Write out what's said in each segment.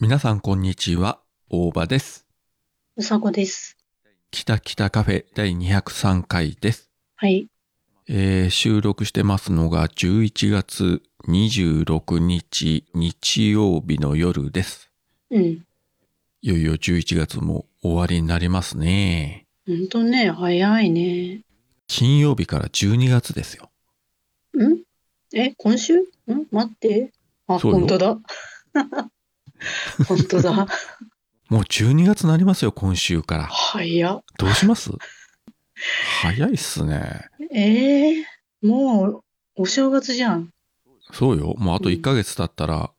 皆さんこんにちは、大場です。うさこです。北北カフェ第203回です。はい。えー収録してますのが11月26日日曜日の夜です。うん。いよいよ11月も終わりになりますね。ほんとね、早いね。金曜日から12月ですよ。んえ、今週ん待って。あ、そうよほん とだ。ほんとだ。もう12月になりますよ、今週から。早っ。どうします早いっすね。えー、もう、お正月じゃん。そうよ。もうあとうん1ヶ月経ったら、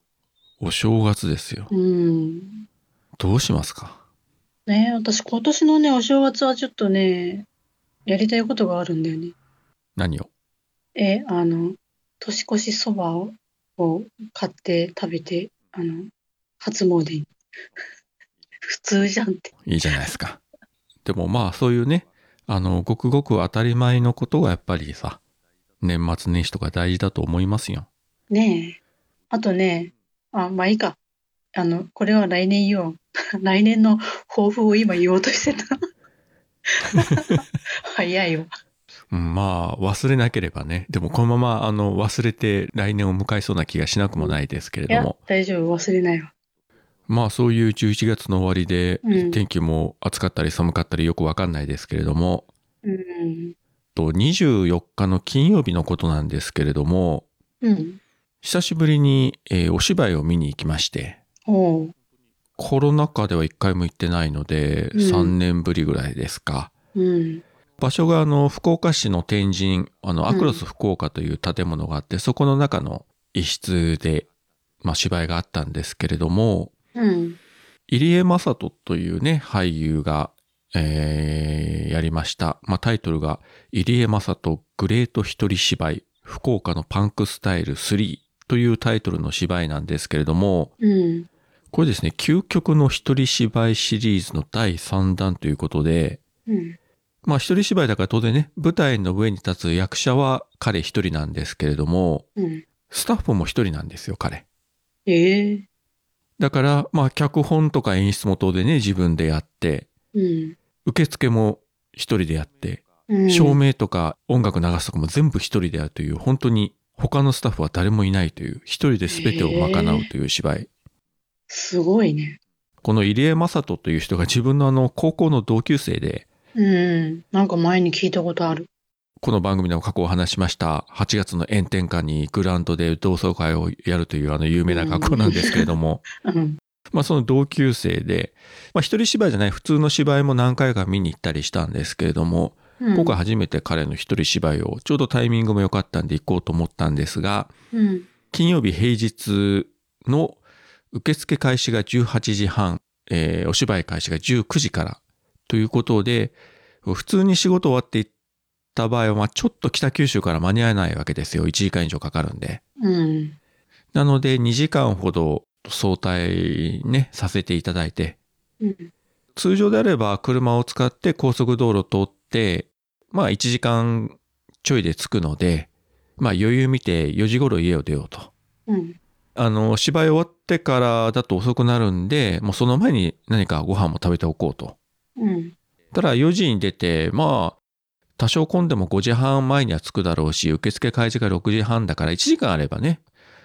お正月ですよ。うん。どうしますかね私今年のね、お正月はちょっとね、やりたいことがあるんだよね。何をえ、あの、年越しそばをを買って食べて、あの、初詣に。 普通じゃんって。いいじゃないですか。でもまあそういうね、あの、ごくごく当たり前のことがやっぱりさ、年末年始とか大事だと思いますよ。ねえ。あとね、あ、まあいいか。あの、これは来年言おう。 来年の抱負を今言おうとしてた。 早いよ。うん、まあ忘れなければね。でもこのままあの忘れて来年を迎えそうな気がしなくもないですけれいやども。、大丈夫、忘れないわ。まあそういう11月の終わりで、うん天気も暑かったり寒かったりよくわかんないですけれども、うん。と24日の金曜日のことなんですけれども、うん。久しぶりに、えーお芝居を見に行きまして、おう。コロナ禍では一回も行ってないので、うん3年ぶりぐらいですか。うん。場所があの、福岡市の天神、あんの、アクロス福岡という建物があって、そこの中の一室で、まあ芝居があったんですけれども、うん。入江正人というね、俳優が、えーやりました。まあタイトルが、入江正人グレート一人芝居、福岡のパンクスタイル3というタイトルの芝居なんですけれども、うん。これですね、究極の一人芝居シリーズの第3弾ということで、うん。まあ一人芝居だから当然ね、舞台の上に立つ役者は彼一人なんですけれども、うん。スタッフも一人なんですよ、彼。ええ。だから、まあ脚本とか演出も当然ね、自分でやって、うん。受付も一人でやって、うん。照明とか音楽流すとかも全部一人でやるという、本当に他のスタッフは誰もいないという、一人で全てを賄うという芝居。すごいね。この入江正人という人が自分のあの高校の同級生で、うん。なんか前に聞いたことある。この番組でも過去を話しました、8月の炎天下にグラウンドで同窓会をやるというあの有名な学校なんですけれども、うん。まあその同級生で、まあ一人芝居じゃない普通の芝居も何回か見に行ったりしたんですけれども、うん。今回初めて彼の一人芝居をちょうどタイミングも良かったんで行こうと思ったんですが、うん。金曜日平日の受付開始が18時半、えーお芝居開始が19時からということで、普通に仕事終わっていった場合は、まあ、ちょっと北九州から間に合わないわけですよ。1時間以上かかるんで。うん。なので、2時間ほど早退ね、させていただいて、うん。通常であれば車を使って高速道路を通って、まあ1時間ちょいで着くので、まあ余裕見て4時頃家を出ようと。うん。あの、芝居終わってからだと遅くなるんで、もうその前に何かご飯も食べておこうと。うん。ただ4時に出て、まあ、多少混んでも5時半前には着くだろうし、受付開始が6時半だから1時間あればね、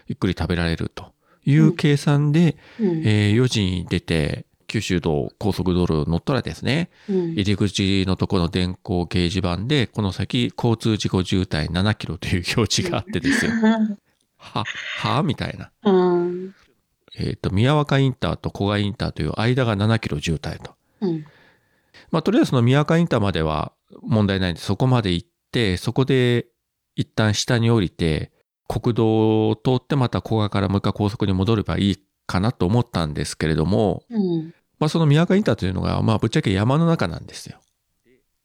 ゆっくり食べられるという計算で、うん。えー4時に出て、九州道高速道路を乗ったらですね、うん入り口のところの電光掲示板で、この先交通事故渋滞7キロという表示があってですよ。は、はみたいな。うん。えっ、と、宮若インターと古賀インターという間が7キロ渋滞と。うん。まあ、とりあえずその宮若インターまでは問題ないんで、そこまで行って、そこで一旦下に降りて、国道を通ってまた古賀からもう一回高速に戻ればいいかなと思ったんですけれども、うん。まあ、その宮若インターというのが、まあ、ぶっちゃけ山の中なんですよ。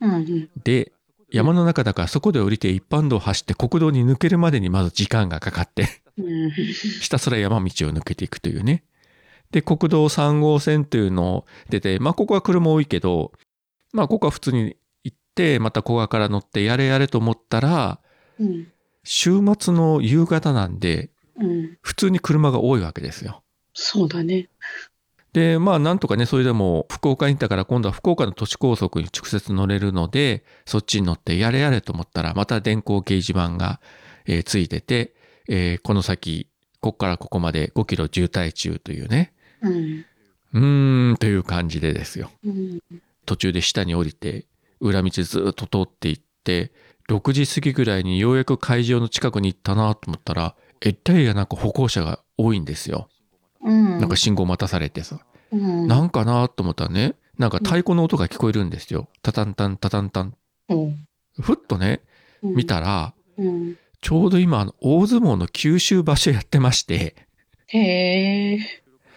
うん。で、山の中だからそこで降りて一般道を走って国道に抜けるまでにまず時間がかかって、うん。ひたすら山道を抜けていくというね。で、国道3号線というのを出て、まあ、ここは車多いけど、まあ、ここは普通に行って、また小川から乗って、やれやれと思ったら、うん。週末の夕方なんで、うん。普通に車が多いわけですよ。そうだね。で、まあなんとかね、それでも福岡に行ったから今度は福岡の都市高速に直接乗れるので、そっちに乗ってやれやれと思ったら、また電光掲示板が、えーついてて、えーこの先、こっからここまで5キロ渋滞中というね、うん。うーんという感じでですよ。うん。途中で下に降りて、裏道ずっと通っていって、6時過ぎぐらいにようやく会場の近くに行ったなと思ったら、えったいやなんか歩行者が多いんですよ。うん。なんか信号待たされてさ。うん、なんかなと思ったらね、なんか太鼓の音が聞こえるんですよ。タタンタンタタンタン。うんふっとね、見。たら、うん。ちょうど今、あの大相撲の九州場所やってまして、へえ。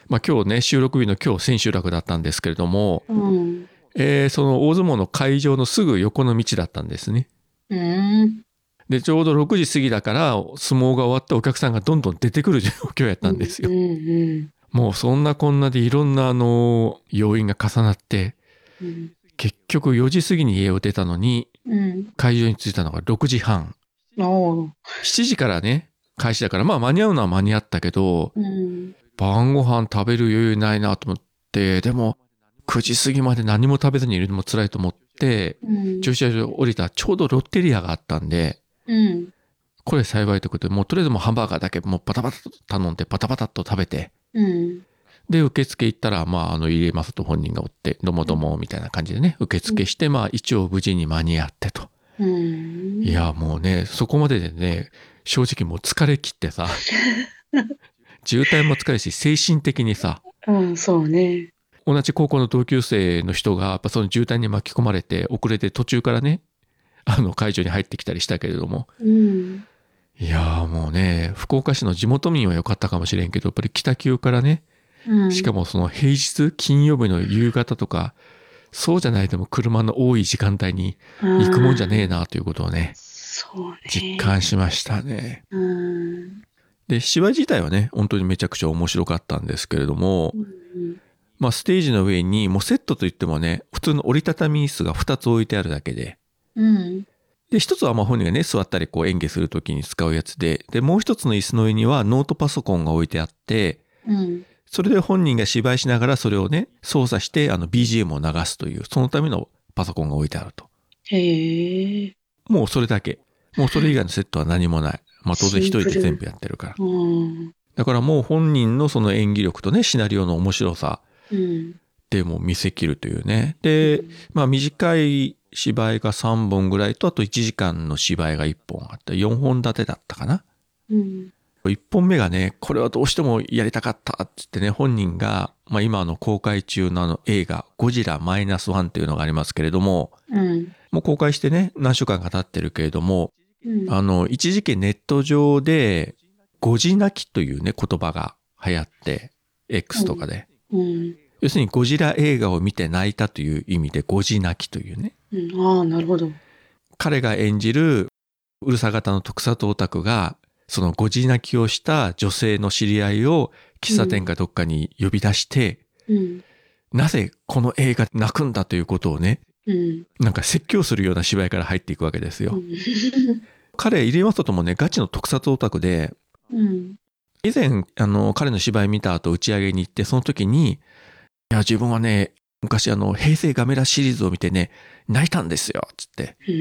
まあ今日ね、収録日の今日千秋楽だったんですけれども、うん。えーその大相撲の会場のすぐ横の道だったんですね。うん。で、ちょうど6時過ぎだから、相撲が終わってお客さんがどんどん出てくる状況やったんですよう。んうんもうそんなこんなでいろんなあの、要因が重なって、うん。結局4時過ぎに家を出たのに、うん。会場に着いたのが6時半。おう。 7時からね、開始だから、まあ間に合うのは間に合ったけど、うん。晩ご飯食べる余裕ないなと思って、でも、9時過ぎまで何も食べずにいるのも辛いと思って、うん。駐車場に降りたらちょうどロッテリアがあったんで、うん。これ幸いということで、もうとりあえずもうハンバーガーだけもうパタパタと頼んで、パタパタっと食べて、うん。で、受付行ったら、まあ、あの、入れますと本人がおって、どうもどうも、みたいな感じでね、受付して、まあ、一応無事に間に合ってと。うん。い。や、もうね、そこまででね、正直もう疲れ切ってさ、 渋滞も疲れるし、精神的にさ、うん、そうね。同じ高校の同級生の人が、やっぱその渋滞に巻き込まれて、遅れて途中からね、あの、会場に入ってきたりしたけれども、うん。いやーもうね、福岡市の地元民は良かったかもしれんけど、やっぱり北急からね、うん。しかもその平日、金曜日の夕方とか、そうじゃないでも車の多い時間帯にも行くもんじゃねえ。えなということをね、そうね。実。感しましたね。うん。で、芝居自体はね、本当にめちゃくちゃ面白かったんですけれどもう、んまあステージの上にもうセットといってもね、普通の折りたたみ椅子が2つ置いてあるだけで、うん。で、一つはまあ本人がね、座ったりこう演技するときに使うやつで、で、もう一つの椅子の上にはノートパソコンが置いてあって、うん。それで本人が芝居しながらそれをね、操作してあの BGM を流すという、そのためのパソコンが置いてあると。へえ。もうそれだけ。もうそれ以外のセットは何もない。まあ当然一人で全部やってるから。うん。だからもう本人のその演技力とね、シナリオの面白さうん。でもう見せきるというね。で、まあ短い芝居が3本ぐらいと、あと1時間の芝居が1本あって、4本立てだったかな。うん。 1本目がね、これはどうしてもやりたかったってってね、本人が、まあ今あの公開中のあの映画、ゴジラマイナスワンっていうのがありますけれども、うん。もう公開してね、何週間か経ってるけれども、うん。あの、一時期ネット上で、誤字泣きというね、言葉が流行って、X とかで。うん。要するに、ゴジラ映画を見て泣いたという意味で、誤字泣きというね。うん。ああ、なるほど。彼が演じる、うるさ型の特撮オタクが、その誤字泣きをした女性の知り合いを、喫茶店かどっかに呼び出して、うん。なぜこの映画泣くんだということをね、うん。なんか説教するような芝居から入っていくわけですよ。うん彼、入山里もね、ガチの特撮オタクで、うん。以前あの彼の芝居見た後打ち上げに行ってその時にいや自分はね昔あの平成ガメラシリーズを見てね泣いたんですよつってうん。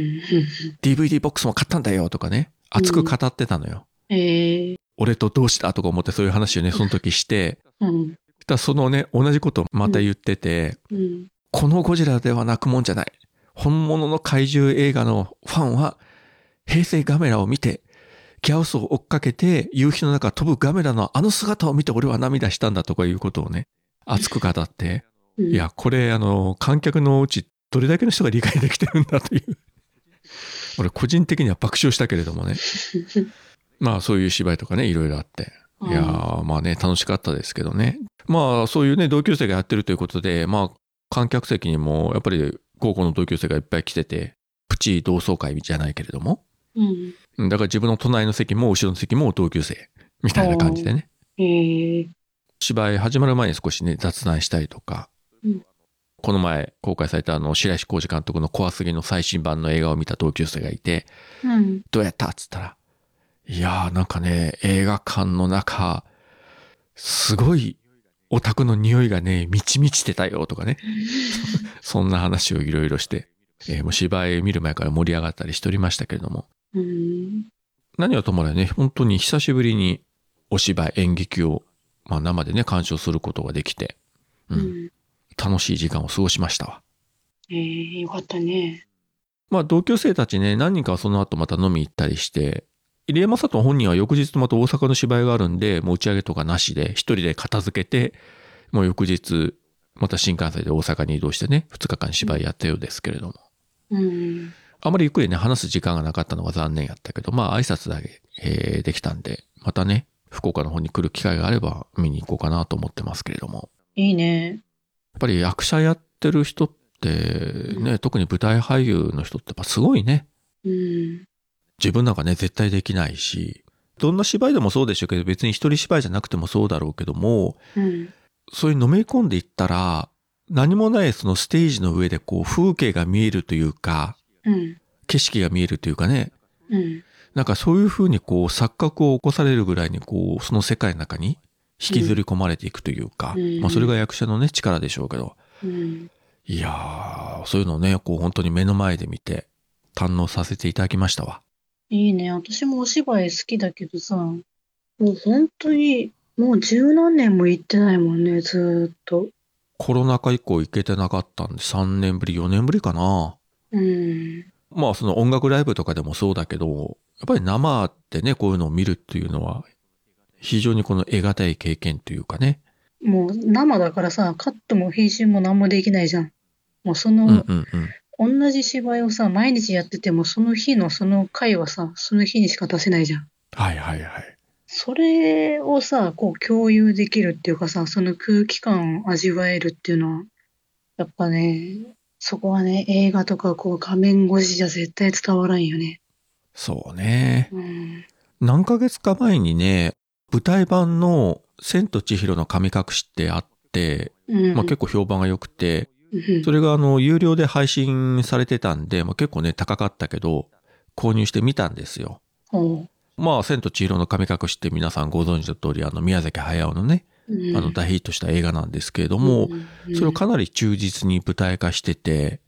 DVD ボックスも買ったんだよとかね熱く語ってたのよ、ええ。俺と同志だとか思ってそういう話をねその時してうん。ただそのね同じことをまた言ってて、うん。このゴジラでは泣くもんじゃない本物の怪獣映画のファンは平成ガメラを見てギャオスを追っかけて夕日の中飛ぶガメラのあの姿を見て俺は涙したんだとかいうことをね熱く語ってうんい。やこれあの観客のうちどれだけの人が理解できてるんだという俺個人的には爆笑したけれどもねまあそういう芝居とかねいろいろあっていやーまあね楽しかったですけどねまあそういうね同級生がやってるということでまあ観客席にもやっぱり高校の同級生がいっぱい来ててプチ同窓会じゃないけれどもうん。うんだから自分の隣の席も後ろの席も同級生みたいな感じでねええ。芝居始まる前に少しね雑談したりとか、うんこの前公開されたあの白石浩二監督の「怖すぎ」の最新版の映画を見た同級生がいてうん。どうやったっつったら、いやーなんかね、映画館の中、すごいお宅の匂いがね、満ち満ちてたよとかね、そんな話をいろいろして、えーもう芝居見る前から盛り上がったりしておりましたけれども、うん。何はともあれね、本当に久しぶりにお芝居、演劇を、まあ、生でね、鑑賞することができて、ううんん。楽しい時間を過ごしましたわ。えー、よかったね。まあ、同級生たちね、何人かはその後また飲み行ったりして、入江正人本人は翌日また大阪の芝居があるんで、もう打ち上げとかなしで、一人で片付けて、もう翌日、また新幹線で大阪に移動してね、2日間芝居やったようですけれども。うん。あまりゆっくりね、話す時間がなかったのが残念やったけど、まあ挨拶だけ、えーできたんで、またね、福岡の方に来る機会があれば見に行こうかなと思ってますけれども。いいね。やっぱり役者やってる人って、ね、特に舞台俳優の人ってやっぱすごいね。うん。自分なんかね、絶対できないし、どんな芝居でもそうでしょうけど、別に一人芝居じゃなくてもそうだろうけども、うん。そういうのめり込んでいったら、何もないそのステージの上でこう風景が見えるというか、うん。景色が見えるというかね、うん。なんかそういうふうにこう錯覚を起こされるぐらいにこうその世界の中に引きずり込まれていくというか、うんまあそれが役者のね力でしょうけど、うん。いやー、そういうのをね、こう本当に目の前で見て堪能させていただきましたわ。いいね。私もお芝居好きだけどさ、もう本当に、もう十何年も行ってないもんね、ずーっと。コロナ禍以降行けてなかったんで3年ぶり、4年ぶりかな。うん。まあその音楽ライブとかでもそうだけど、やっぱり生でね、こういうのを見るっていうのは非常にこの得難い経験というかね。もう生だからさ、カットも編集も何もできないじゃん。もうその、うんうんうん。同じ芝居をさ、毎日やってても、その日のその回はさ、その日にしか出せないじゃん。はいはいはい。それをさ、こう共有できるっていうかさ、その空気感を味わえるっていうのは、やっぱね、そこはね、映画とかこう画面越しじゃ絶対伝わらんよね。そうね。うん。何ヶ月か前にね、舞台版の千と千尋の神隠しってあって、うん。まあ結構評判が良くて、うんそれがあの、有料で配信されてたんで、まあ結構ね、高かったけど、購入してみたんですよ。おうまあ、千と千尋の神隠しって皆さんご存知の通り、あの、宮崎駿のね、うんあの、大ヒットした映画なんですけれども、うんそれをかなり忠実に舞台化してて、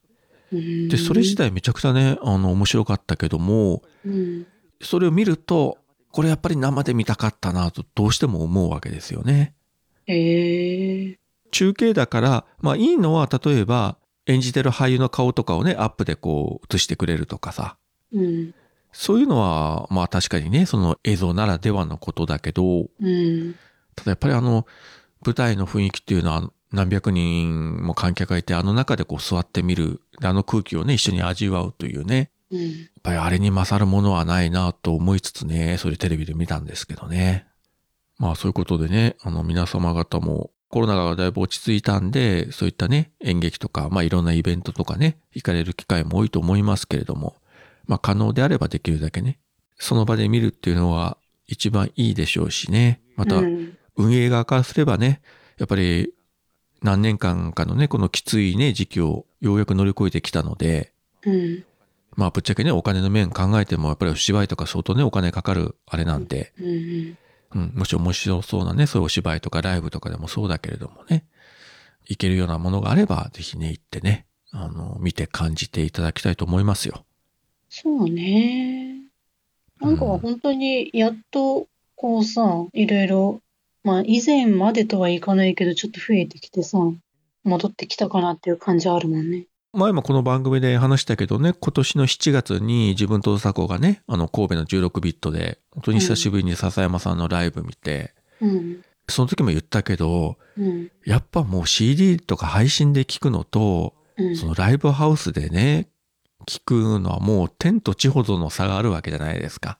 うんで、それ自体めちゃくちゃね、あの、面白かったけども、うん。それを見ると、これやっぱり生で見たかったなとどうしても思うわけですよね。ええ中継だから、まあいいのは例えば演じてる俳優の顔とかをね、アップでこう映してくれるとかさ。うん。そういうのは、まあ確かにね、その映像ならではのことだけど、うん。ただやっぱりあの、舞台の雰囲気っていうのは何百人も観客がいて、あの中でこう座ってみる、あの空気をね、一緒に味わうというね、うん。やっぱりあれに勝るものはないなと思いつつね、それテレビで見たんですけどね。まあそういうことでね、あの皆様方もコロナがだいぶ落ち着いたんで、そういったね、演劇とか、まあいろんなイベントとかね、行かれる機会も多いと思いますけれども、まあ可能であればできるだけね、その場で見るっていうのは一番いいでしょうしね、またうん運営側からすればね、やっぱり何年間かのね、このきついね、時期をようやく乗り越えてきたので、うん。まあぶっちゃけね、お金の面考えても、やっぱりお芝居とか相当ね、お金かかるあれなんで、うん。うん、もし面白そうなね、そういうお芝居とかライブとかでもそうだけれどもね、行けるようなものがあれば、ぜひね、行ってね、あの、見て感じていただきたいと思いますよ。そうね。なんかうん本当にやっとこうさ、いろいろ、まあ以前までとはいかないけど、ちょっと増えてきてさ、戻ってきたかなっていう感じはあるもんね。前もこの番組で話したけどね、今年の7月に自分と大迫がね、あの、神戸の16ビットで、本当に久しぶりに笹山さんのライブ見て、うん、その時も言ったけど、うん、やっぱもう CD とか配信で聞くのと、うん。そのライブハウスでね、聞くのはもう天と地ほどの差があるわけじゃないですか。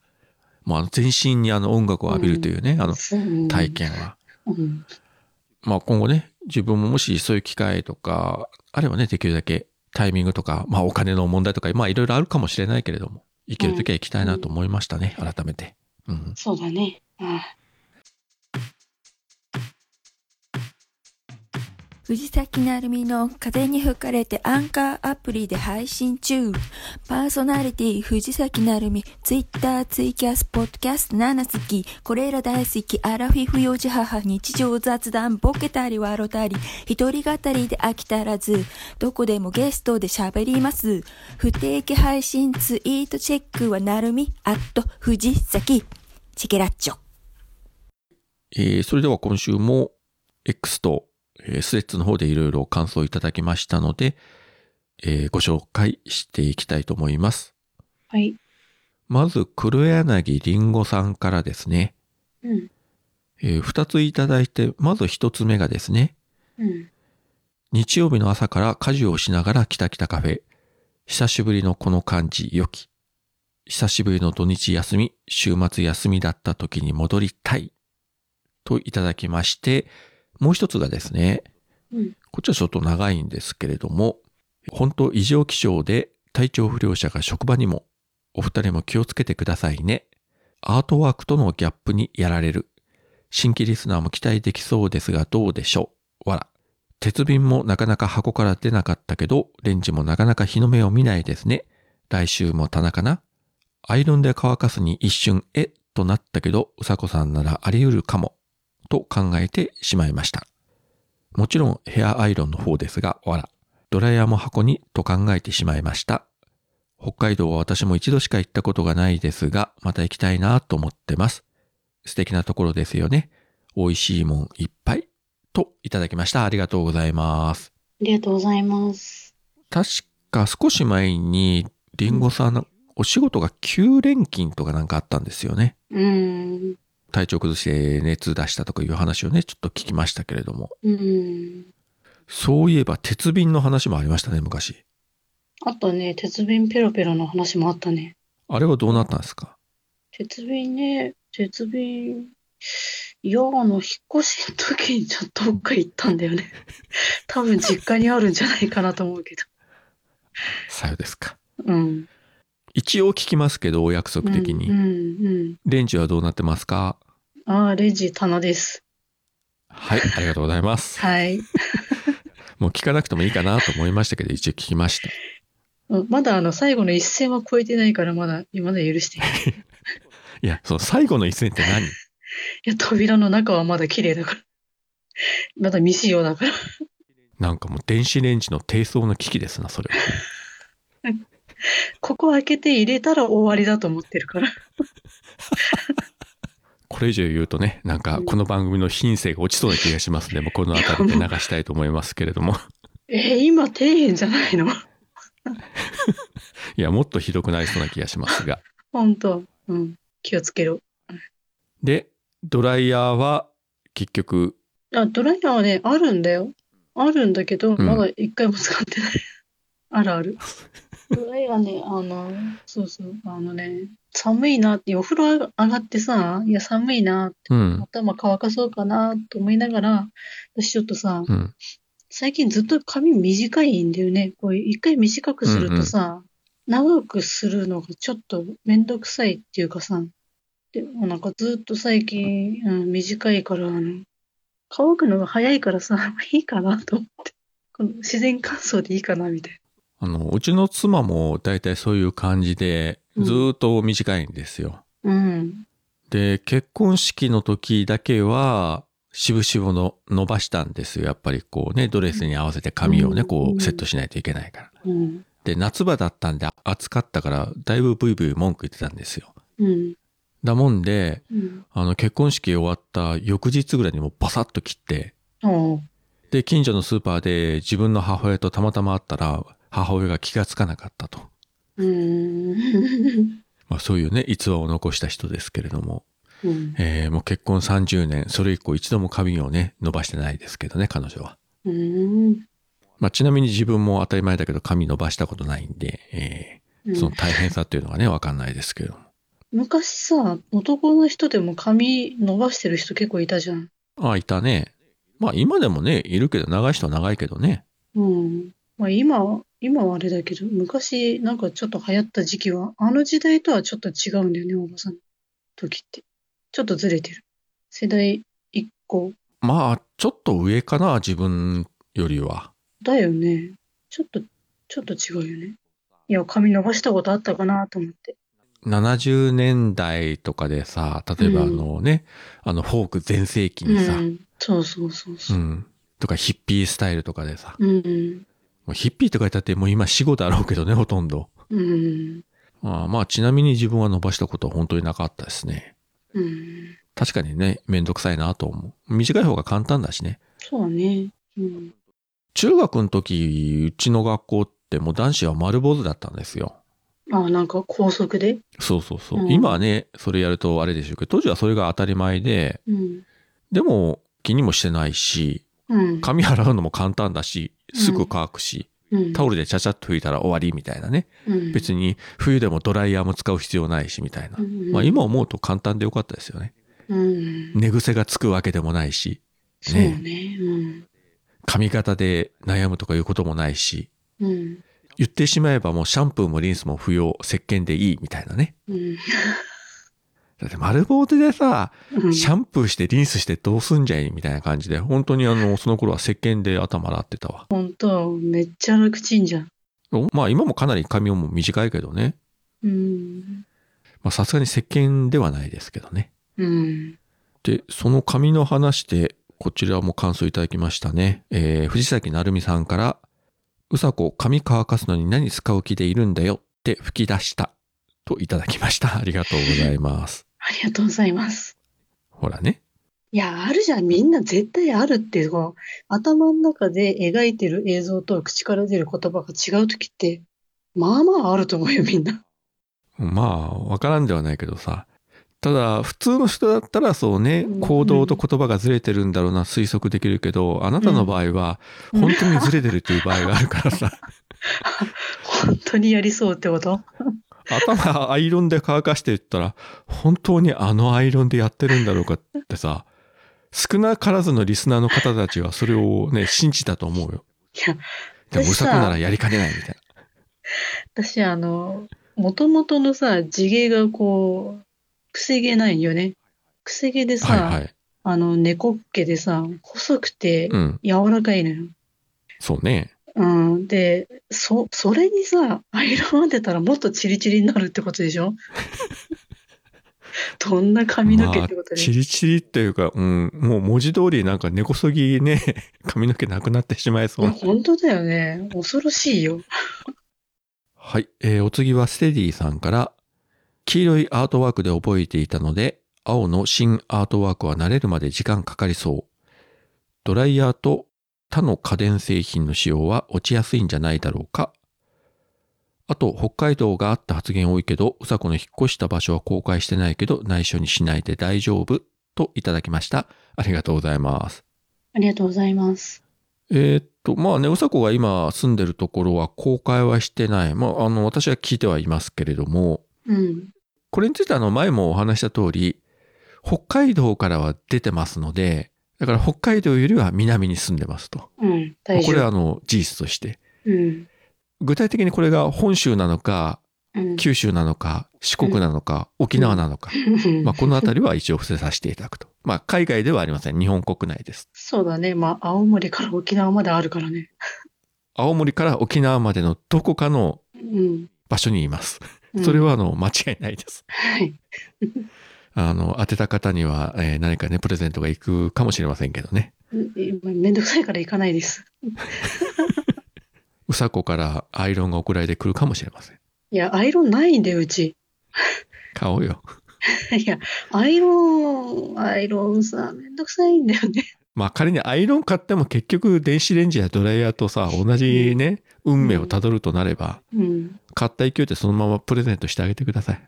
もうあの全身にあの音楽を浴びるというね、あのそう体験は。うん、まあ今後ね、自分ももしそういう機会とか、あればね、できるだけタイミングとか、まあお金の問題とか、まあいろいろあるかもしれないけれども、行けるときは行きたいなと思いましたね、改めて。うん。そうだね。ああ藤崎なるみの風に吹かれてアンカーアプリで配信中。パーソナリティ、藤崎なるみ、ツイッター、ツイキャス、ポッドキャスト、七好き、これら大好き、アラフィフ幼児母、日常雑談、ボケたり笑ったり、一人語りで飽き足らず、どこでもゲストで喋ります。不定期配信、ツイートチェックはなるみ、アット、藤崎、チェケラッチョ。えーそれでは今週も X と、えースレッズの方でいろいろ感想いただきましたので、えーご紹介していきたいと思います。はい。まず、黒柳りんごさんからですね。うん。えー二ついただいて、まず一つ目がですね、うん。日曜日の朝から家事をしながらきたきたカフェ。久しぶりのこの感じ、良き。久しぶりの土日休み、週末休みだった時に戻りたい。といただきまして、もう一つがですね、うんこっちはちょっと長いんですけれども、本当異常気象で体調不良者が職場にも、お二人も気をつけてくださいね。アートワークとのギャップにやられる。新規リスナーも期待できそうですがどうでしょうわら。鉄瓶もなかなか箱から出なかったけど、レンジもなかなか日の目を見ないですね。来週も棚かなアイロンで乾かすに一瞬、えとなったけど、うさこさんならあり得るかも、と考えてしまいました。もちろんヘアアイロンの方ですが、わら。ドライヤーも箱に、と考えてしまいました。北海道は私も一度しか行ったことがないですが、また行きたいなと思ってます。素敵なところですよね。美味しいもんいっぱい。といただきました。ありがとうございます。ありがとうございます。確か少し前に、リンゴさんのお仕事が9連勤とかなんかあったんですよね。うん。体調崩して熱出したとかいう話をね、ちょっと聞きましたけれども。うん。そういえば鉄瓶の話もありましたね、昔。あとね、鉄瓶ペロペロの話もあったね。あれはどうなったんですか鉄瓶ね、鉄瓶、いや、あの、引っ越しの時にちょっとどっか行ったんだよ ね。多分実家にあるんじゃないかなと思うけさようですか。ど。うん。一応聞きますけど、お約束的に。うん、うん、レンジはどうなってますかうん。ああ、レジ棚です。はい、ありがとうございます。はい。もう聞かなくてもいいかなと思いましたけど、一応聞きました。うんまだあの、最後の一線は超えてないから、まだ、まだ許して。いいや、その最後の一戦って何や、扉の中はまだ綺麗だから。まだ未使用だから。なんかもう電子レンジの低層の機器ですな、それは。ここ開けて入れたら終わりだと思ってるから。これ以上言うとね、なんかこの番組の品性が落ちそうな気がしますね。もうこの辺りで流したいと思いますけれども。 えー今、底辺じゃないのいや、もっとひどくなりそうな気がしますが。ほんと。うん。気をつけろ。で、ドライヤーは結局、あ、ドライヤーはね、あるんだよ。あるんだけど、うんまだ一回も使ってない。 ある ある。ドライヤーね、あの、そうそう、あのね、寒いなって、お風呂上がってさ、いや、寒いな、うん、頭乾かそうかなと思いながら、私ちょっとさ、うん、最近ずっと髪短いんだよね。こう、一回短くするとさ、長くするのがちょっとめんどくさいっていうかさ、でもなんかずっと最近、うん、短いから、あの、乾くのが早いからさ、 いいかなと思って。この自然乾燥でいいかなみたいあの、うちの妻も大体そういう感じで、うんずーっと短いんですよ。な。うん。で、結婚式の時だけは、しぶしぶの伸ばしたんですよ。やっぱりこうね、ドレスに合わせて髪をね、こうセットしないといけないから。うん。で、夏場だったんで暑かったから、だいぶブイブイ文句言ってたんですよ。うん。だもんで、うん。あの、結婚式終わった翌日ぐらいにもうバサッと切って、おうで、近所のスーパーで自分の母親とたまたま会ったら、母親が気がつかなかったと。うーん。まあそういうね、逸話を残した人ですけれども、うん。えーもう結婚30年、それ以降一度も髪をね、伸ばしてないですけどね、彼女は。うん。まあちなみに自分も当たり前だけど髪伸ばしたことないんで、うえんーその大変さっていうのがね、わかんないですけれども。昔さ、男の人でも髪伸ばしてる人結構いたじゃん。あ、いたね。まあ今でもね、いるけど、長い人は長いけどね。うん。まあ今は、今はあれだけど、昔なんかちょっと流行った時期は、あの時代とはちょっと違うんだよね、おばさんの時って。ちょっとずれてる。世代一個。まあちょっと上かな、自分よりは。だよね。ちょっと、ちょっと違うよね。いや、髪伸ばしたことあったかなと思って。 70年代とかでさ、例えばあうんのね、あのフォーク全盛期うにさ、ん。そうそうそううそう。ん。とかヒッピースタイルとかでさ、うん。もうヒッピーとか言ったってもう今死後だろうけどね、ほとんど。うん。まあまあ、ちなみに自分は伸ばしたことは本当になかったですね。うん。確かにね、めんどくさいなと思う。短い方が簡単だしね。そうだね。うん。中学の時、うちの学校ってもう男子は丸坊主だったんですよ。あ、なんか高速でそうそうそう。うん今はね、それやるとあれでしょうけど、当時はそれが当たり前で、うん。でも気にもしてないし、うん。髪洗うのも簡単だし、すぐ乾くし、うん。タオルでちゃちゃっと拭いたら終わりみたいなね。うん、別に冬でもドライヤーも使う必要ないしみたいなう。ん、まあ今思うと簡単でよかったですよね。うん。寝癖がつくわけでもないし、そうね。うん。髪型で悩むとかいうこともないし、うん。言ってしまえばもうシャンプーもリンスも不要、石鹸でいいみたいなね。うん。だって丸坊主でさ、うんシャンプーしてリンスしてどうすんじゃいみたいな感じで、本当にあの、その頃は石鹸で頭洗ってたわ。本当めっちゃ楽ちんじゃん。まあ今もかなり髪も短いけどね。うん。まあさすがに石鹸ではないですけどね。うん。で、その紙の話で、こちらも感想いただきましたね。えー藤崎成美さんから、うさこ、髪乾かすのに何使う気でいるんだよって吹き出した。といただきました。ありがとうございます。ありがとうございます。ほらね。いや、あるじゃん。みんな絶対あるって、こう、頭の中で描いてる映像と口から出る言葉が違う時って、まあまああると思うよ、みんな。まあ、わからんではないけどさ。ただ、普通の人だったらそうねう、ん行動と言葉がずれてるんだろうな、推測できるけど、あなたの場合は、うん本当にずれてるという場合があるからさ。 本当にやりそうってこと頭アイロンで乾かして言ったら本当にあのアイロンでやってるんだろうかってさ少なからずのリスナーの方たちはそれをね信じたと思うよ。いや、でもう私ささくならやりかねないみたい私、あの、もともとのさ、地毛がこう、くせ毛ないよね。くせ毛でな。さ、はいはい。あの、猫っ毛でさ、細くてうん。柔らかいのよ。そうね。うん、で、そ、それにさ、アイロン当てたらもっとチリチリになるってことで しょどんな髪の毛ってことで、チリチリっていうか、うん、もう文字通りなんか根こそぎね、 髪の毛なくなってしまいそういなや本当だよね。恐ろしいよ。はい、えーお次はステディさんから、黄色いアートワークで覚えていたので、青の新アートワークは慣れるまで時間かかりそう。ドライヤーと他の家電製品の使用は落ちやすいんじゃないだろうか。あと、北海道があった発言多いけど、うさこの引っ越した場所は公開してないけど、内緒にしないで大丈夫といただきました。ありがとうございます。ありがとうございます。えーっと、まあね、うさこが今住んでるところは公開はしてない。まあ、あの、私は聞いてはいますけれども、うん。これについてあの前もお話しした通り、北海道からは出てますので、だから北海道よりは南に住んでますと。うん。大これ丈は夫。あの事実として。うん。具体的にこれが本州なのか、うん。 九州なのか、四国なのか、沖縄なのか、まあ、このあたりは一応伏せさせていただくと。まあ、海外ではありません。日本国内です。そうだね。まあ、青森から沖縄まであるからね。青森から沖縄までのどこかのうん。場所にいます。うんそれ。はあの間違いない です。はい。あの、当てた方には、えー何かね、プレゼントが行くかもしれませんけどね。うんめんどくさいから行かないです。うさこからアイロンが送られてくるかもしれません。いや、アイロンないんで、うち。買おうよ。いや、アイロン、アイロンさ、めんどくさいんだよね。まあ仮にアイロン買っても結局電子レンジやドライヤーとさ、同じね、運命をたどるとなれば、うん。買った勢いでそのままプレゼントしてあげてください。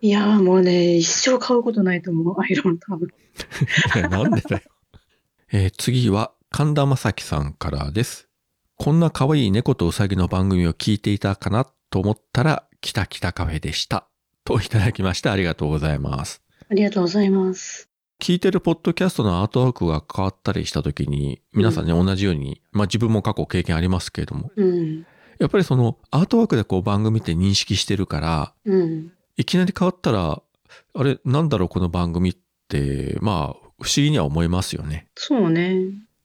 いや、もうね、一生買うことないと思う、アイロン多分。いやなんでだよ。 えー次は神田正輝さんからです。こんな可愛い猫とウサギの番組を聞いていたかなと思ったら、きたきたカフェでした。といただきましてありがとうございます。ありがとうございます。聞いてるポッドキャストのアートワークが変わったりした時に、皆さんね、同じように、まあ自分も過去経験ありますけれども、うん。やっぱりそのアートワークでこう番組って認識してるから、うん。いきなり変わったら、あれ、なんだろうこの番組って、まあ不思議には思いますよね。そうね。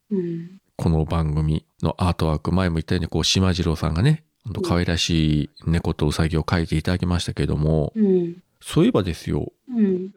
うん。この番組。のアートワーク、前も言ったように、こう、島次郎さんがね、ほんと可愛らしい猫とウサギを描いていただきましたけれども、うん。そういえばですよ、うん。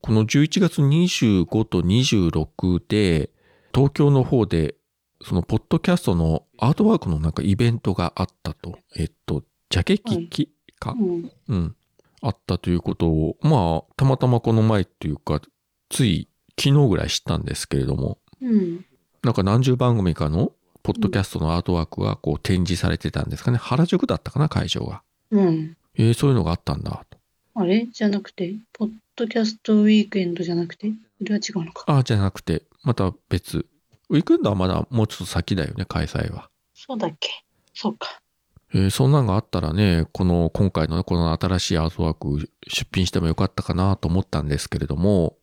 この11月25と26で、東京の方で、そのポッドキャストのアートワークのなんかイベントがあったと。えっと、ジャケ聞きか、うん。うん。あったということを、まあ、たまたまこの前っていうか、つい昨日ぐらい知ったんですけれども、うん。なんか何十番組かのポッドキャストのアートワークがこう展示されてたんですかね。原宿だったかな、会場が。うん。えーそういうのがあったんだ、と。あれじゃなくて、ポッドキャストウィークエンドじゃなくて、それは違うのか。ああ、じゃなくて、また別。ウィークエンドはまだもうちょっと先だよね、開催は。そうだっけそうか。えーそんなんがあったらね、この、今回のね、この新しいアートワーク出品してもよかったかなと思ったんですけれども、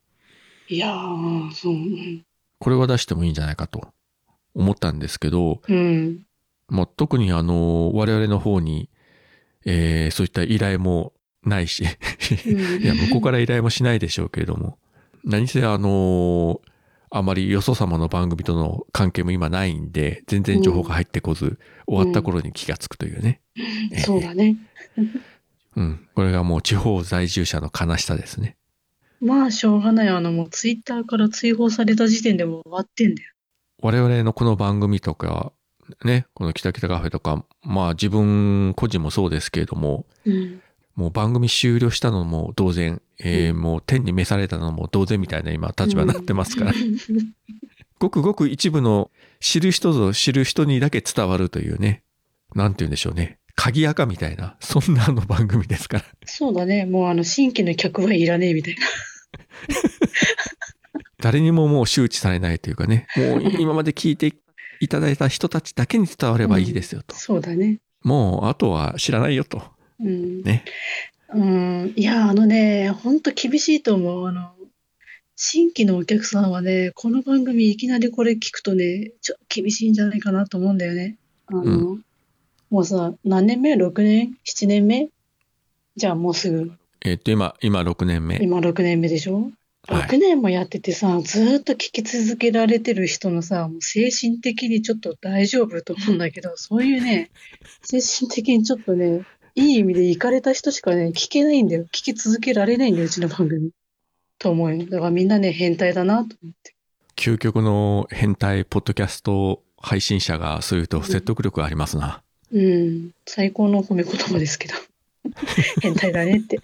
いやー、そう。うんこれは出してもいいんじゃないかと思ったんですけど、うん。まあ、特にあの、我々の方に、えーそういった依頼もないし、うんいや、向こうから依頼もしないでしょうけれども、何せあの、あまりよそ様の番組との関係も今ないんで、全然情報が入ってこず、終わった頃に気がつくというね。ええ そうだね。うん。これがもう地方在住者の悲しさですね。まあ、しょうがない。あの、もうツイッターから追放された時点でもう終わってんだよ。我々のこの番組とか、ね、このキタキタカフェとか、まあ自分個人もそうですけれども、うん。もう番組終了したのも同然、えーうんもう天に召されたのも同然みたいな今立場になってますから、うごくごく一部の知る人ぞ知る人にだけ伝わるというね、なんて言うんでしょうね、鍵垢みたいな、そんなあの番組ですから。 んそうだね。もう、あの、新規の客はいらねえみたいな。 誰にももう周知されないというかね、もう今まで聞いていただいた人たちだけに伝わればいいですよと。そうだね。もうあとは知らないよと。うん。ね。うん。いや、あのね、ほんと厳しいと思う。あの、新規のお客さんはね、この番組いきなりこれ聞くとね、ちょっと厳しいんじゃないかなと思うんだよね。あの、うもうさ、何年目 ?6 年 ?7 年目じゃあもうすぐ、えっと今、今6年目。今6年目でしょはい6年もやっててさ、ずーっと聞き続けられてる人のさ、もう精神的にちょっと大丈夫と思うんだ けど、そういうね、精神的にちょっとね、いい意味で行かれた人しかね、聞けないんだよ。聞き続けられないんだよ、うちの番組。と思うよ。だからみんなね、変態だなと思って。究極の変態ポッドキャスト配信者がそう言うと説得力がありますな。うん、最高の褒め言葉で すけど。変態だねって。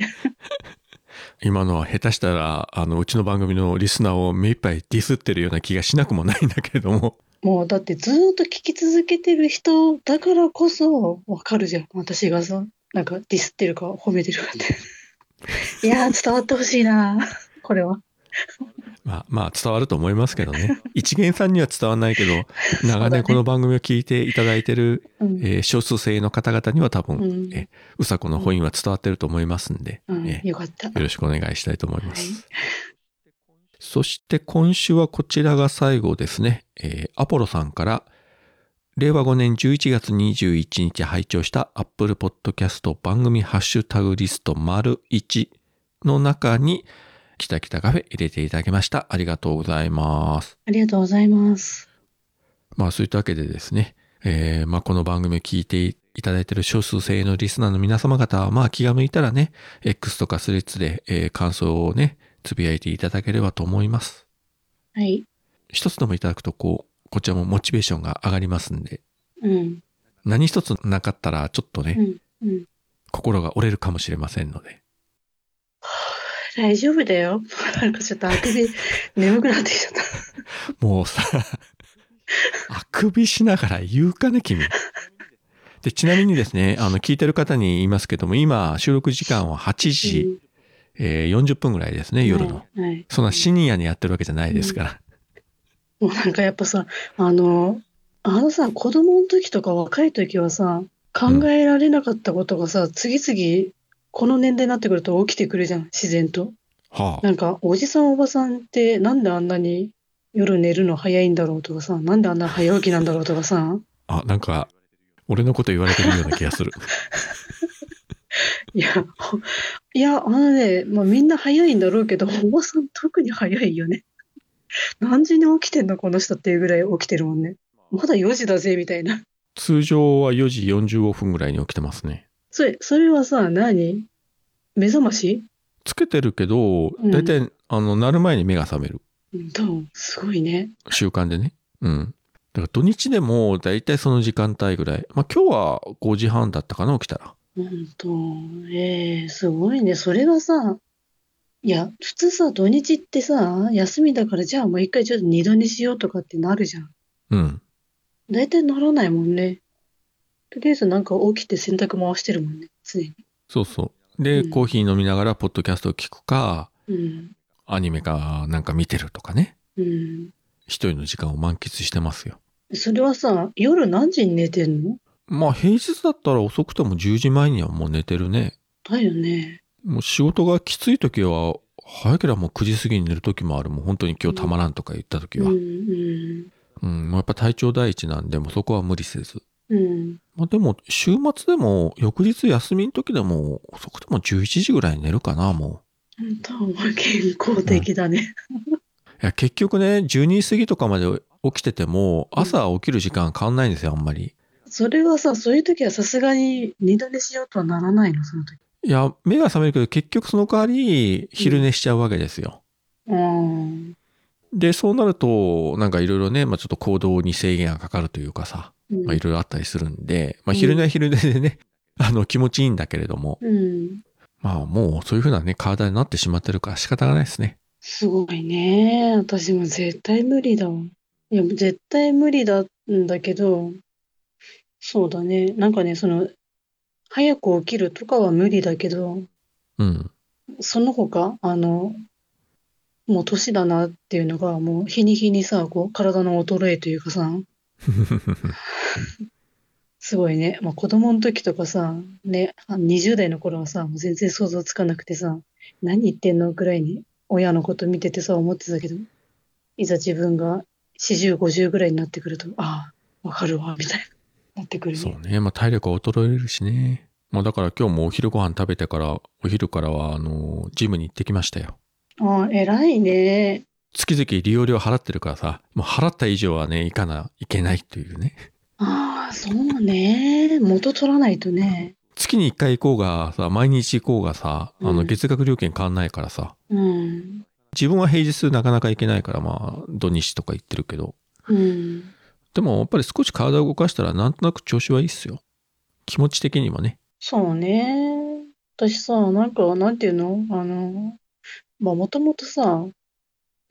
今のは下手したら、あの、うちの番組のリスナーを目いっぱいディスってるような気がしなくもないんだけれども。 もうだってずーっと聞き続けてる人だからこそわかるじゃん。私がさ、なんかディスってるか褒めてるか って。いやー伝わってほしいなこれは。まあ、まあ、伝わると思いますけど ね。一元さんには伝わんないけど、長そうだ年ねこの番組を聞いていただいてる、うん。えー少数精鋭の方々には多分、うんえうさこの本意は伝わってると思いますんで、うん、えよかった。よろしくお願いしたいと思います。そして今週はこちらが最後ですね。えーアポロさんから、令和5年11月21日拝聴した Apple Podcast 番組ハッシュタグリスト丸1の中に、きたきたカフェ入れていただきました。ありがとうございます。ありがとうございます。まあそういったわけでですね、えーまあこの番組を聞いていただいている少数精鋭のリスナーの皆様方は、まあ気が向いたらね、X とかスレッズで、えー感想をね、つぶやいていただければと思います。はい。一つでもいただくと、こう、こちらもモチベーションが上がりますんで、うん。何一つなかったら、ちょっとね、うん。うん。心が折れるかもしれませんので。大丈夫だよ。 なんかちょっとあくび、眠くなってきちゃ った。もうさ、あくびしながら言うかね、君。で、ちなみにですね、あの、聞いてる方に言いますけども、今、収録時間は8時、えー40分ぐらいですね、うん夜の。はいはい。そんな深夜にやってるわけじゃないですから。もうなんかやっぱさ、あの、あのさ、子供の時とか若い時はさ、考えられなかったことがさ、次々、この年代になってくると起きてくるじゃん、自然と。はあなんか、おじさんおばさんって、なんであんなに夜寝るの早いんだろうとかさ、なんであんな早起きなんだろうとかさ、 あ、なんか、俺のこと言われてるような気がする。 いや、いや、あのね、まあみんな早いんだろうけど、おばさん特に早いよね。何時に起きてんの、この人っていうぐらい起きてるもんね。まだ4時だぜ、みたいな。通常は4時45分ぐらいに起きてますね。それ、それはさ、何目覚ましつけてるけど、ん大体、あの、鳴る前に目が覚める。うんと、すごいね。習慣でね。うん。だから土日でも大体その時間帯ぐらい。まあ今日は5時半だったかな、起きたら。うんと、ええすごいね。それがさ、いや、普通さ、土日ってさ、休みだから、じゃあもう一回ちょっと二度にしようとかってなるじゃん。うん。大体ならないもんね。とりあえずなんか起きて洗濯回してるもんね、常に。そうそう。で、うんコーヒー飲みながらポッドキャストを聞くか、うん。アニメかなんか見てるとかね。うん。一人の時間を満喫してますよ。それはさ、夜何時に寝てんのまあ平日だったら遅くても10時前にはもう寝てるね。だよね。もう仕事がきつい時は、早ければもう9時過ぎに寝る時もある。もう本当に今日たまらんとか言った時うんは。うん、もうやっぱ体調第一なんで、もうそこは無理せず。うん。うん。まあでも、週末でも、翌日休みの時でも、遅くても11時ぐらいに寝るかな、も本当は健康的だね。う。いや、結局ね、12時過ぎとかまで起きてても、朝起きる時間変わんないんですよ、あんまり。それはさ、そういう時はさすがに二度寝しようとはならないの、その時。いや、目が覚めるけど、結局その代わり、昼寝しちゃうわけですよ。うん。で、そうなると、なんかいろいろね、まあちょっと行動に制限がかかるというかさ、うんまあいろいろあったりするんで、まあうん昼寝は昼寝でね、 あの気持ちいいんだけれども、うん。まあもうそういうふうなね、体になってしまってるから仕方がないですね。すごいね。私も絶対無理だわ。いや、絶対無理だんだけど、そうだね。なんかね、その、早く起きるとかは無理だけど、うん。その他、あの、もう年だなっていうのが、もう日に日にさ、こう、体の衰えというかさ、すごいね。まあ、子供の時とかさ、ね、あ20代の頃はさ、もう全然想像つかなくてさ、何言ってんのくらいに親のこと見ててさ、思ってたけど、いざ自分が40、50ぐらいになってくると、ああ、わかるわ、みたいな、なってくるね。そうね。まあ、体力は衰えるしね。まあ、だから今日もお昼ご飯食べてから、お昼からは、あの、ジムに行ってきましたよ。ああ、偉いね。月々利用料払ってるからさ、もう払った以上はね、行かないけないというね。ああ、そうね。元取らないとね。月に1回行こうがさ、毎日行こうがさ、あうの、ん月額料金変わんないからさ、うん。自分は平日なかなか行けないから、まあ、土日とか行ってるけど、うん。でもやっぱり少し体を動かしたら、なんとなく調子はいいっすよ。気持ち的にはね。そうね。私さ、なんか、なんていうのあの、まあ、もともとさ、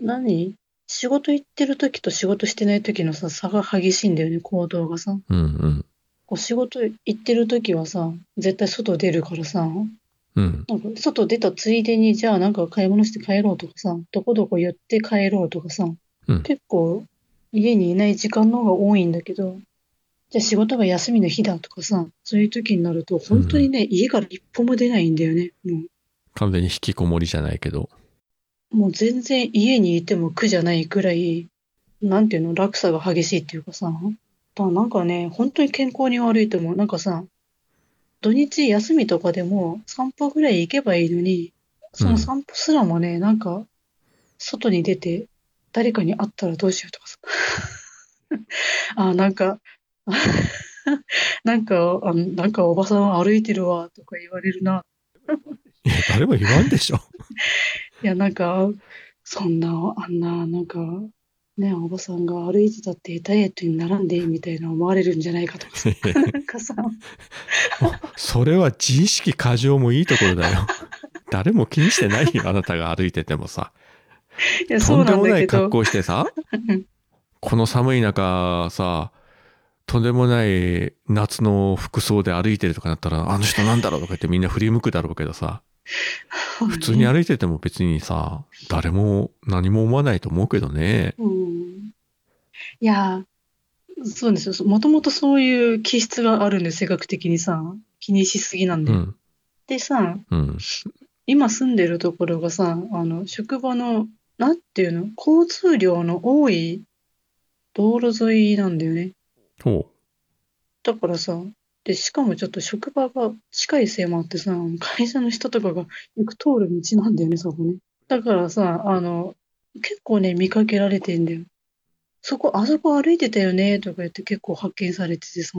何仕事行ってる時と仕事してない時のさ、差が激しいんだよね、行動がさ。うんこう仕事行ってる時はさ、絶対外出るからさ、うん。うん。なんか外出たついでに、じゃあなんか買い物して帰ろうとかさ、どこどこ寄って帰ろうとかさ、うん結構家にいない時間の方が多いんだけど、じゃあ仕事が休みの日だとかさ、そういう時になると、本当にね、家から一歩も出ないんだよね。も完全に引きこもりじゃないけど。うもう全然家にいても苦じゃないくらい、なんていうの、落差が激しいっていうかさ、だからなんかね、本当に健康に悪いと思う。なんかさ、土日休みとかでも散歩ぐらい行けばいいのに、そうんの散歩すらもね、なんか、外に出て、誰かに会ったらどうしようとかさ。 あ、なんか、 なんか、あのなんかおばさん歩いてるわ、とか言われるな。いや、誰も言わんで しょ。いや、なんか、そんな、あんな、なんか、ね、おばさんが歩いてたってダイエットにならんで、みたいな思われるんじゃない かとかさ。なんかさ、それは自意識過剰もいいところだよ。誰も気にしてないよ、あなたが歩いててもさ。いや、とそうんでなんもだなけい格ど、好して さうん、この寒い中さ、とんでもない夏の服装で歩いてるとかなったら、あの人なんだろうとか言ってみんな振り向くだろうけどさ、普通に歩いてても別にさ、誰も何も思わないと思うけどね。うん。いや、そうですよ。もともとそういう気質があるんで、性格的にさ、気にしすぎなんうで。ん、でさ、うん、今住んでるところがさ、あの、職場の、なんていうの、交通量の多い道路沿いなんだよね。ほだからさ、で、しかもちょっと職場が近いせいもあってさ、会社の人とかがよく通る道なんだよね、そこね。だからさ、あの、結構ね、見かけられてんだよ。そこ、あそこ歩いてたよね、とか言って結構発見されててさ、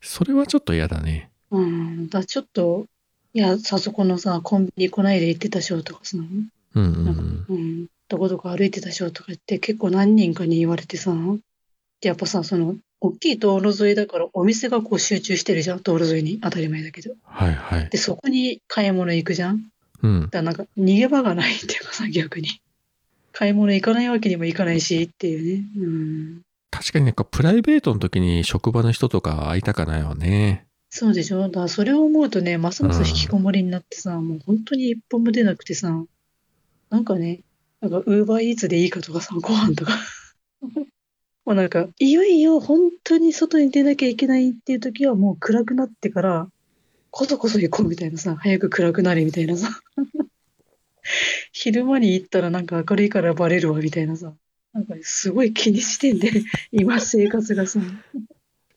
それはちょっと嫌だね。うん、だからちょっと、いや、さ、そこのさ、コンビニ来ないで行ってたしょとかさ、うんうなんかんうん、どこどこ歩いてたしょとか言って結構何人かに言われてさ、でやっぱさ、その、大きい道路沿いだからお店がこう集中してるじゃん、道路沿いに、当たり前だけど。はいはい。で、そこに買い物行くじゃん。うん。だからなんか逃げ場がないっていうかさ、逆に。買い物行かないわけにもいかないしっていうね。うん。確かになんかプライベートの時に職場の人とか会いたかないわね。そうでしょだからそれを思うとね、ますます引きこもりになってさ、もう本当に一歩も出なくてさ、なんかね、なんかウーバーイーツでいいかとかさ、ご 飯とか。もうなんか、いよいよ本当に外に出なきゃいけないっていう時はもう暗くなってから、こそこそ行こうみたいなさ、早く暗くなれみたいなさ。 昼間に行ったらなんか明るいからバレるわみたいなさ。なんかすごい気にしてんで、今生活がさ。い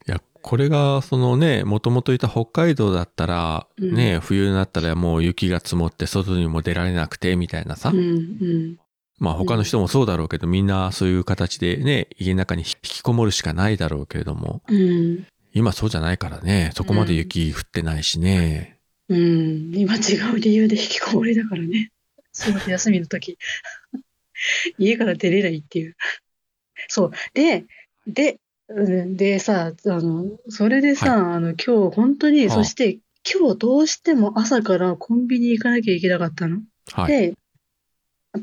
や、これがそのね、もともといた北海道だったら、うんね、冬になったらもう雪が積もって外にも出られなくてみたいなさうん。うん。まあ他の人もそうだろうけど、みんなそういう形でね、家の中に引きこもるしかないだろうけれども、うん。今そうじゃないからね、そこまで雪降ってないしね。うん、今違う理由で引きこもりだからね。仕事休みの時。 家から出れないっていう。そう。で、で、うんでさ、あの、それでさ、あの、今日本当に、はあそして今日どうしても朝からコンビニ行かなきゃいけなかったの。はい。で、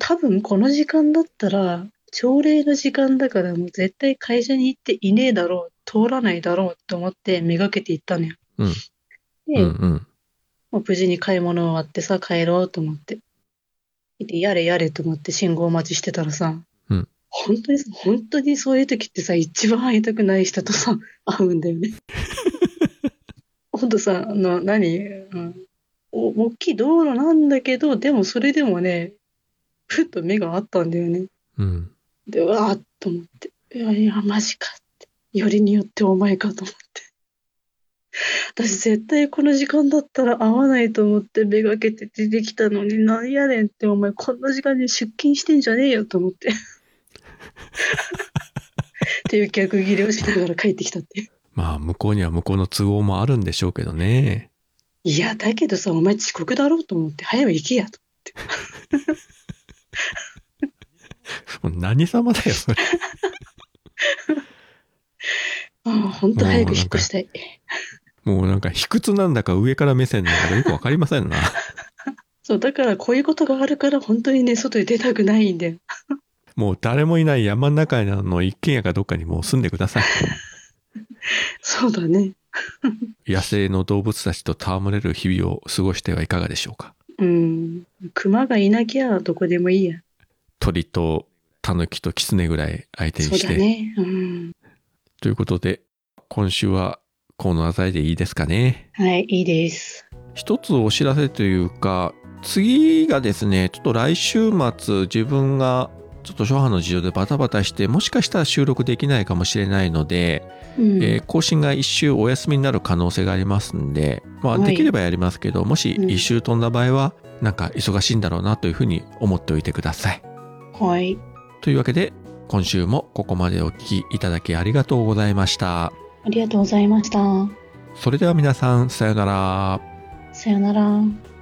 多分この時間だったら、朝礼の時間だからもう絶対会社に行っていねえだろう、通らないだろうと思ってめがけて行ったのよ。うんうんで、うん。まあ無事に買い物終わってさ、帰ろうと思って。で、やれやれと思って信号待ちしてたらさ、うん本当に、本当にそういう時ってさ、一番会いたくない人とさ、 会うん だよね。ほんとさ、あの、何、うん、お大きい道路なんだけど、でもそれでもね、ふっと目があったんだよね。うん。で、うわーっと思って、いやいや、マジかって。よりによって お前かと思って。私絶対この時間だったら会わないと思ってめがけて出てきたのになんやねんってお前こんな時間に出勤してんじゃねえよと思って。っていう逆ギレをしながら帰ってきたっていう。まあ向こうには向こうの都合もあるんでしょうけどね。 いや、だけどさ、お前遅刻だろうと思って早く行けやと。もう何様だよ、それ。ああ、ほんと早く引っ越したい。もうなんか卑屈なんだか上から目線なんだかよくわかりませんな。そう、だからこういうことがあるから本当にね、外に出たくないんだよ。もう誰もいない山の中の一軒家かどっかにもう住んでく ださい。そうだね。野生の動物たちと戯れる日々を過ごしてはいかがでしょうか。うん。熊がいなきゃどこでもいいや。鳥とタヌキとキツネぐらい相手そにうしだて。ね。うん。ということで、今週はこの辺りでいいですかね。はい、いいです。一つお知らせというか、次がですね、ちょっと来週末自分がちょっと初版の事情でバタバタして、もしかしたら収録できないかもしれないので、うん。えー更新が1週お休みになる可能性がありますんで、まあ、はいできればやりますけど、もしうん1週飛んだ場合はなんか忙しいんだろうなというふうに思っておいてください。はい。というわけで今週もここまでお聞きいただきありがとうございました。ありがとうございました。それでは皆さんさようなら。さよなら。